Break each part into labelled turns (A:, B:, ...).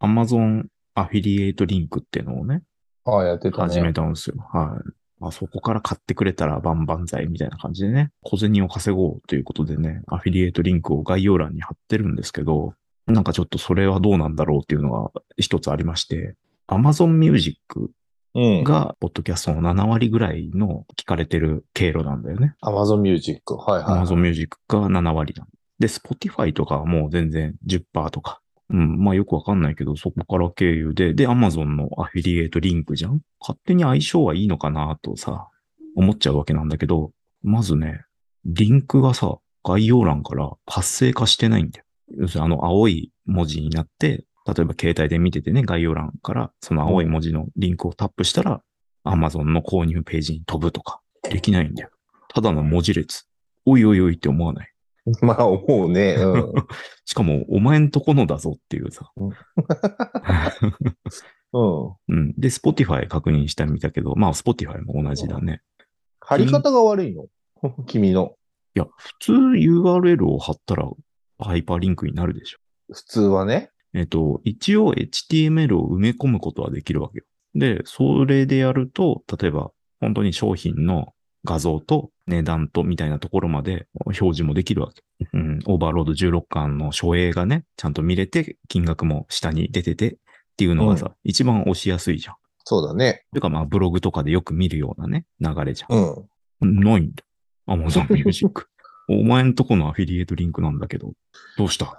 A: Amazon アフィリエイトリンクっていうのをね、
B: ああ、やってたね。
A: 始めたんですよ。はい。まあ、そこから買ってくれたら万々歳みたいな感じでね、小銭を稼ごうということでね、アフィリエイトリンクを概要欄に貼ってるんですけど、なんかちょっとそれはどうなんだろうっていうのが一つありまして、Amazon Music
B: うん。
A: が、ポッドキャストの7割ぐらいの聞かれてる経路なんだよね。
B: Amazon Music。はいはい。
A: Amazon Music が7割なんで、Spotify とかはもう全然10%とか。うん。まあよくわかんないけど、そこから経由で、で、Amazon のアフィリエイトリンクじゃん勝手に相性はいいのかなとさ、思っちゃうわけなんだけど、まずね、リンクがさ、概要欄から活性化してないんだよ。要するにあの青い文字になって、例えば携帯で見ててね、概要欄からその青い文字のリンクをタップしたら、Amazon の購入ページに飛ぶとか、できないんだよ。ただの文字列。おいおいおいって思わない。
B: まあ、思う ね。うん。
A: しかも、お前んとこのだぞっていうさ。
B: うん。
A: うん。で、Spotify 確認してみたけど、まあ、Spotify も同じだね。
B: 貼り方が悪いの 君の。
A: いや、普通 URL を貼ったらハイパーリンクになるでしょ。
B: 普通はね。
A: えっと、一応 HTML を埋め込むことはできるわけよ。で、それでやると、例えば、本当に商品の画像と値段とみたいなところまで表示もできるわけ。うん、オーバーロード16巻の書影がね、ちゃんと見れて、金額も下に出ててっていうのがさ、一番押しやすいじゃん。
B: そうだね。
A: というかまあ、ブログとかでよく見るようなね、流れじゃん。
B: うん。
A: ないんだ。Amazon Music。お前んとこのアフィリエイトリンクなんだけど、どうした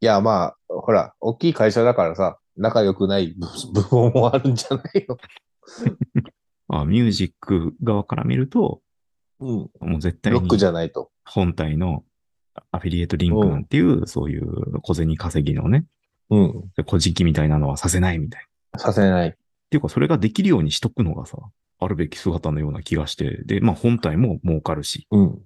B: いや、まあ、ほら、大きい会社だからさ、仲良くない部部門もあるんじゃないの
A: あ、ミュージック側から見ると、
B: うん。
A: もう絶対
B: ロック
A: に
B: じゃないと。
A: 本体のアフィリエイトリンクなんていう、そういう小銭稼ぎのね、
B: うん。
A: 小じきみたいなのはさせないみたいな。っ
B: させない。
A: ていうか、それができるようにしとくのがさ、あるべき姿のような気がして、で、まあ本体も儲かるし、
B: うん。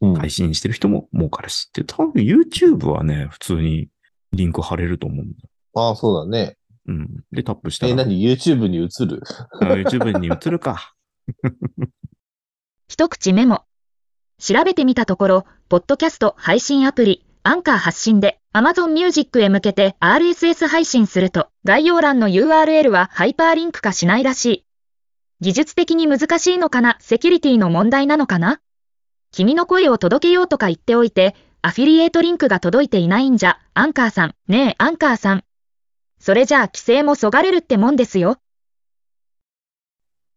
B: うん。
A: 配信してる人も儲かるしって、多分 YouTube はね、普通にリンク貼れると思うんだよ。
B: ああ、そうだね。
A: うん。で、タップした
B: え、
A: ら、
B: 何 ?YouTube に映る
A: あ YouTube に映るか。
C: 一口メモ。調べてみたところ、ポッドキャスト配信アプリ、アンカー発信で Amazon Music へ向けて RSS 配信すると、概要欄の URL はハイパーリンク化しないらしい。技術的に難しいのかなセキュリティの問題なのかな君の声を届けようとか言っておいて、アフィリエイトリンクが届いていないんじゃ、アンカーさん。ねえ、アンカーさん。それじゃあ規制もそがれるってもんですよ。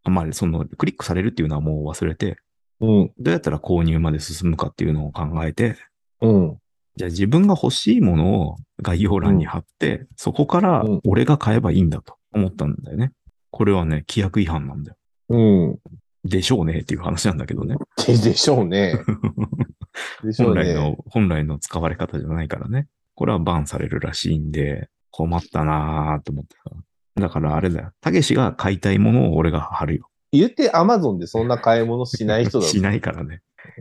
A: まあ、その、クリックされるっていうのはもう忘れて、
B: うん。
A: どうやったら購入まで進むかっていうのを考えて、
B: うん。
A: じゃあ自分が欲しいものを概要欄に貼って、そこから
B: うん
A: 俺が買えばいいんだと思ったんだよね。これはね、規約違反なんだよ。
B: うん。
A: でしょうねっていう話なんだけどね。
B: ででしょう ね。でしょ
A: 本
B: う
A: 来
B: ね。
A: の、本来の使われ方じゃないからね。これはバンされるらしいんで、困ったなーと思ってさ。だからあれだよ。たけしが買いたいものを俺が貼るよ。
B: 言って Amazon でそんな買い物しない人だ
A: しないからね。
B: うん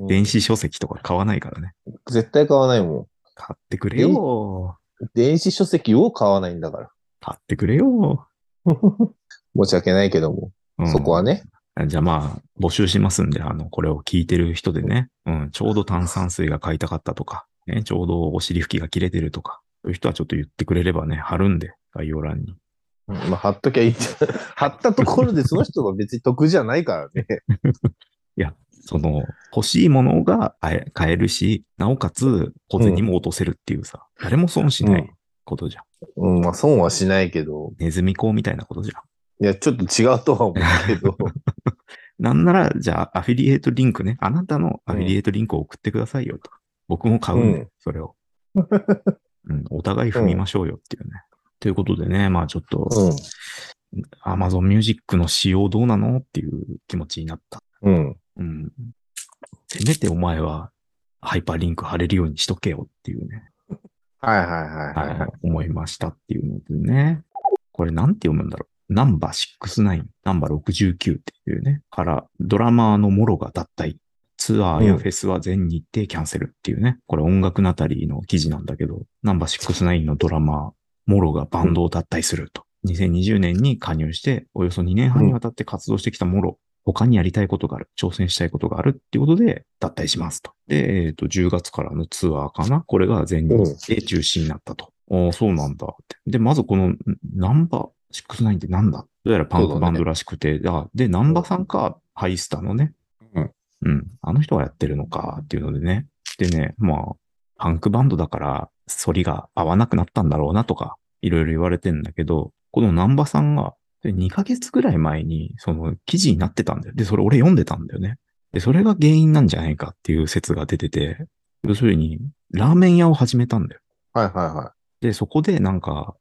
A: 電子書籍とか買わないからね。
B: 絶対買わないも
A: 買ってくれよー。
B: ん。電子書籍を買わないんだから。
A: 買ってくれよ。
B: 申し訳ないけども、
A: うん
B: そこはね。
A: じゃあまあ、募集しますんで、あの、これを聞いてる人でね、うん、ちょうど炭酸水が買いたかったとか、ね、ちょうどお尻拭きが切れてるとか、そういう人はちょっと言ってくれればね、貼るんで、概要欄に。
B: うんまあ、貼っときゃいいんじゃ 貼ったところでその人が別に得じゃないから ね。
A: その、欲しいものが買え買えるし、なおかつ、小銭も落とせるっていうさ、誰も損しな
B: う
A: いことじゃん。
B: うん、まあ損はしないけど、
A: ネズミ講みたいなことじゃん。
B: いや、ちょっと違うとは思うけ ど、
A: なんなら、じゃあ、アフィリエイトリンクね、あなたのアフィリエイトリンクを送ってくださいよと。僕も買うんで、
B: うん
A: それを。うん、お互い踏みましょうよっていうね。ということでね、まあちょっと、Amazon Music の仕様どうなのっていう気持ちになった。
B: うん、うん。
A: うん。せめてお前はハイパーリンク貼れるようにしとけよっていうね、
B: はいはいはいはい。
A: はい、思いましたっていうのでね。これなんて読むんだろう。ナンバー69、ナンバー69っていうね、からドラマーのモロが脱退。ツアーやフェスは全日程キャンセルっていうね、これ音楽なたりの記事なんだけど、ナンバー69のドラマー、モロがバンドを脱退すると。2020年に加入して、およそ2年半にわたって活動してきたモロ、他にやりたいことがある、挑戦したいことがあるっていうことで脱退しますと。で、えっ、と、10月からのツアーかなこれが全日程中止になったと。ああ、そうなんだって。で、まずこのんナンバー69ってなんだどうやらパンクバンドらしくて、あで、ナンバさんか、ハイスタのね。
B: うん。
A: うん。あの人がやってるのか、っていうのでね。でね、まあ、パンクバンドだから、反りが合わなくなったんだろうなとか、いろいろ言われてんだけど、このナンバさんが、で2ヶ月ぐらい前に、その記事になってたんだよ。で、それ俺読んでたんだよね。で、それが原因なんじゃないかっていう説が出てて、要するに、ラーメン屋を始めたんだよ。
B: はいはいはい。
A: で、そこでなんか、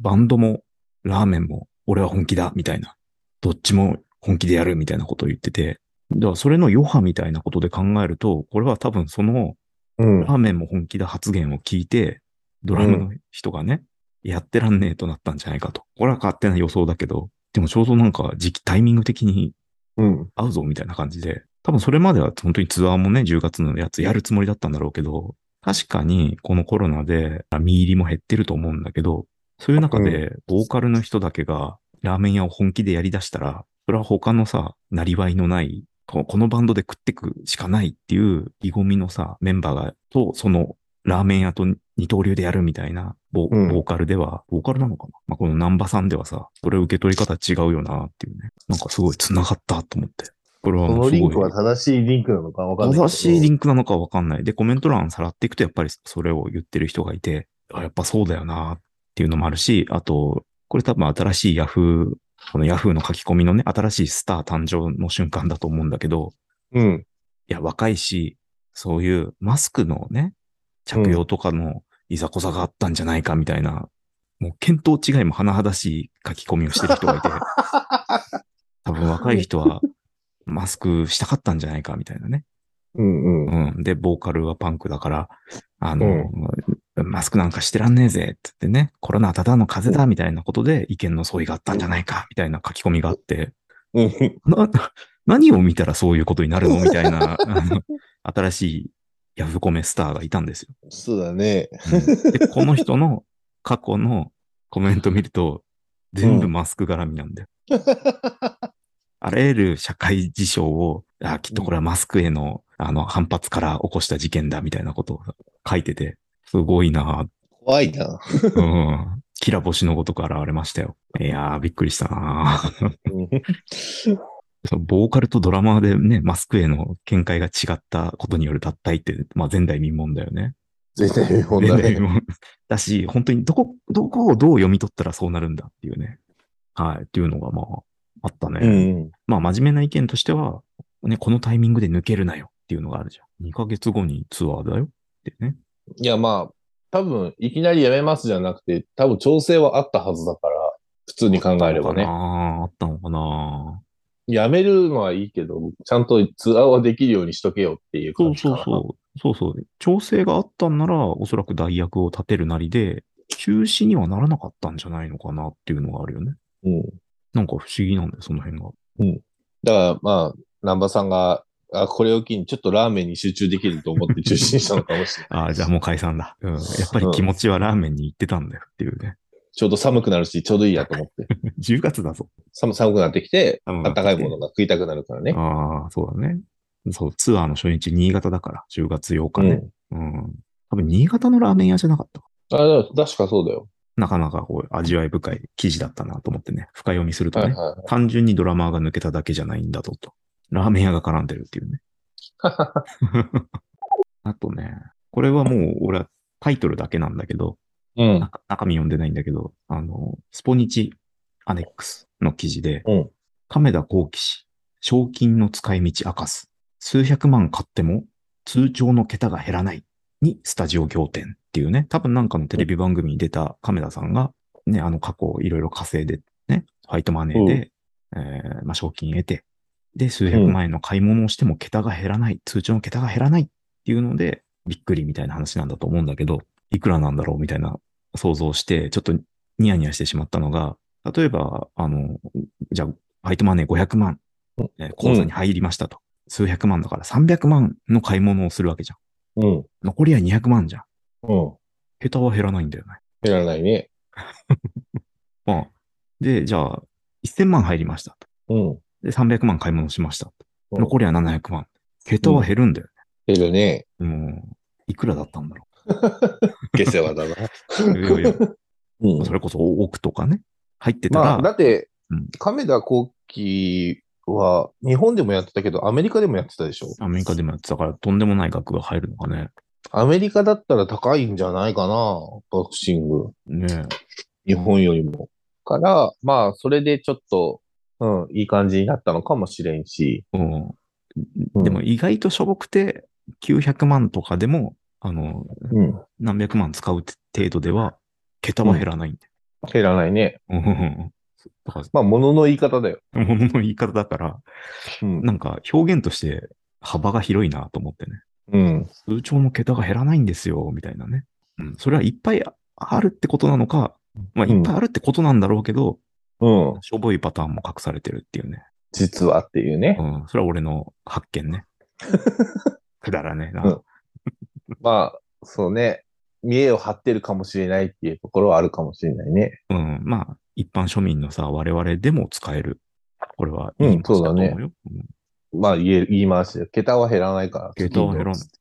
A: バンドもラーメンも俺は本気だ、みたいな。どっちも本気でやる、みたいなことを言ってて。だからそれの余波みたいなことで考えると、これは多分その
B: うん
A: ラ。ーメンも本気だ発言を聞いて、ドラムの人がね、やってらんねえとなったんじゃないかと。これは勝手な予想だけど、でもちょうどなんか時期、タイミング的に
B: うん。
A: 合うぞみたいな感じで、多分それまでは本当にツアーもね、10月のやつやるつもりだったんだろうけど、確かにこのコロナで身入りも減ってると思うんだけど、そういう中でボーカルの人だけがラーメン屋を本気でやり出したら、それは他のさ、なりわいのない、ここのバンドで食ってくしかないっていう意気込みのさ、メンバーが、と、そのラーメン屋と二刀流でやるみたいなボ、
B: うん
A: ボーカルでは、ボーカルなのかなまあ、このナンバさんではさ、それ受け取り方違うよなっていうね。なんかすごい繋がったと思って。これは
B: こ
A: も
B: の
A: うす
B: リ
A: ご
B: ン
A: い。
B: クは正しいリンクなのかわかんないけど。
A: 正しいリンクなのかわかんない。で、コメント欄さらっていくと、やっぱりそれを言ってる人がいて、あやっぱそうだよなっていうのもあるし、あと、これ多分新しい Yahoo、この Yahoo の書き込みのね、新しいスター誕生の瞬間だと思うんだけど、
B: うん。
A: いや、若いし、そういうマスクのね、着用とかのいざこざがあったんじゃないかみたいな、もう見当違いも甚だしい書き込みをしてる人がいて、多分若い人はマスクしたかったんじゃないかみたいなね。
B: うんうん。
A: うん。で、ボーカルはパンクだから、あの、マスクなんかしてらんねえぜって言ってね、コロナはただの風邪だみたいなことで意見の相違があったんじゃないかみたいな書き込みがあって、
B: うん。
A: な、何を見たらそういうことになるのみたいな、あの新しいヤフコメスターがいたんですよ。
B: そうだね。
A: うんで、この人の過去のコメント見ると、全部マスク絡みなんだよ。あらゆる社会事象を、あきっとこれはマスクへの、あの、反発から起こした事件だ、みたいなことを書いてて、すごいな、
B: 怖いな。
A: うん。キラ星のごとく現れましたよ。いやー、びっくりしたな
B: うん
A: そのボーカルとドラマーでね、マスクへの見解が違ったことによる脱退って、まあ前代未聞だよね。
B: 絶対見本だ
A: 前代
B: ね。
A: 未聞 だし、本当にどこ、どこをどう読み取ったらそうなるんだっていうね。はい、っていうのがまあ、あったね。
B: うん。
A: まあ真面目な意見としては、ね、このタイミングで抜けるなよっていうのがあるじゃん。2ヶ月後にツアーだよってね。
B: いや、まあ、多分、いきなりやめますじゃなくて、多分調整はあったはずだから、普通に考えればね。
A: あったのかなあっ
B: やめるのはいいけど、ちゃんとツアーはできるようにしとけよっていう
A: たのかなそう
B: 感じか
A: そう
B: な。
A: そう。そうそう。調整があったんなら、おそらく代役を立てるなりで、中止にはならなかったんじゃないのかなっていうのがあるよね。
B: うん。
A: なんか不思議なんだよ、その辺が。
B: だから、まあ、南波さんが、あ、これを機にちょっとラーメンに集中できると思って中心したのかもしれない。
A: ああ、じゃあもう解散だ。うん。やっぱり気持ちはラーメンに行ってたんだよっていうね。
B: ちょうど寒くなるし、ちょうどいいやと思って。
A: 10月だぞ。
B: 寒寒くなってきて、
A: あ
B: 暖かいものが食いたくなるからね。
A: ああ、そうだね。そう、ツアーの初日、新潟だから、10月8日
B: う
A: ね。
B: ん。
A: うん。多分、新潟のラーメン屋じゃなかったか。
B: あ、だから確かそうだよ。
A: なかなかこう、味わい深い記事だったなと思ってね。深読みすると
B: はい
A: ね。
B: は
A: 単純にドラマーが抜けただけじゃないんだぞと。ラーメン屋が絡んでるっていう ね。あとね、これはもう、俺はタイトルだけなんだけど、
B: い。うん。
A: 中中身読んでないんだけど、あの、スポニチアネックスの記事で、
B: うん
A: 亀田光輝氏、賞金の使い道明かす。数百万買っても通帳の桁が減らないにスタジオ仰天っていうね、多分なんかのテレビ番組に出た亀田さんが、ね、あの過去いろいろ稼いで、ね、ファイトマネーで、えーまあ、賞金得て、で、数百万円の買い物をしても桁が減らない、通帳の桁が減らないっていうので、びっくりみたいな話なんだと思うんだけど、いくらなんだろうみたいな想像して、ちょっとニヤニヤしてしまったのが、例えば、あの、じゃあ、ファイトマネー500万、えー口座に入りましたと。数百万だから300万の買い物をするわけじゃん。
B: うん。
A: 残りは200万じゃん。
B: うん。
A: 桁は減らないんだよね。
B: いらないね。
A: まあ、で、じゃあ、1000万入りましたと。
B: うん。
A: で、300万買い物しましたと。
B: うん
A: 残りは700万。桁は減るんだよ
B: いるね。
A: ね。もう、いくらだったんだろう。
D: 下世話だな。
A: いやいや
D: うん
A: それこそ奥とかね、入ってたら、
B: まあ、だって
A: うん、
B: 亀田光輝は、日本でもやってたけど、アメリカでもやってたでしょ
A: アメリカでもやってたから、とんでもない額が入るのかね。
B: アメリカだったら高いんじゃないかな、ボクシング。
A: ねえ
B: 日本よりも。から、まあ、それでちょっと、うん、いい感じになったのかもしれんし。
A: う、
B: うんん
A: でも意外としょぼくて、900万とかでも、あの、
B: うん。
A: 何百万使う程度では、桁は減らないんで。
B: 減らないね。
A: うん、 だか
B: まあ、ものの言い方だよ。
A: ら、ものの言い方だから、
B: うん。
A: なんか表現として幅が広いなと思ってね。
B: うん。
A: 通帳の桁が減らないんですよ、みたいなね。うん、それはいっぱいあるってことなのか、まあ、
B: うん
A: いっぱいあるってことなんだろうけど、
B: うん。
A: しょぼいパターンも隠されてるっていうね。
B: 実はっていうね
A: う。ん、それは俺の発見 ね。くだらねえな。
B: うんまあ、そうね。見栄を張ってるかもしれないっていうところはあるかもしれないね。
A: うん、まあ、一般庶民のさ、我々でも使える。これは、いい
B: うんそうだ
A: 話
B: ね
A: と思うよ。うん
B: まあ、言え言い回しで。桁は減らないから。
A: 桁は減らない
B: 次の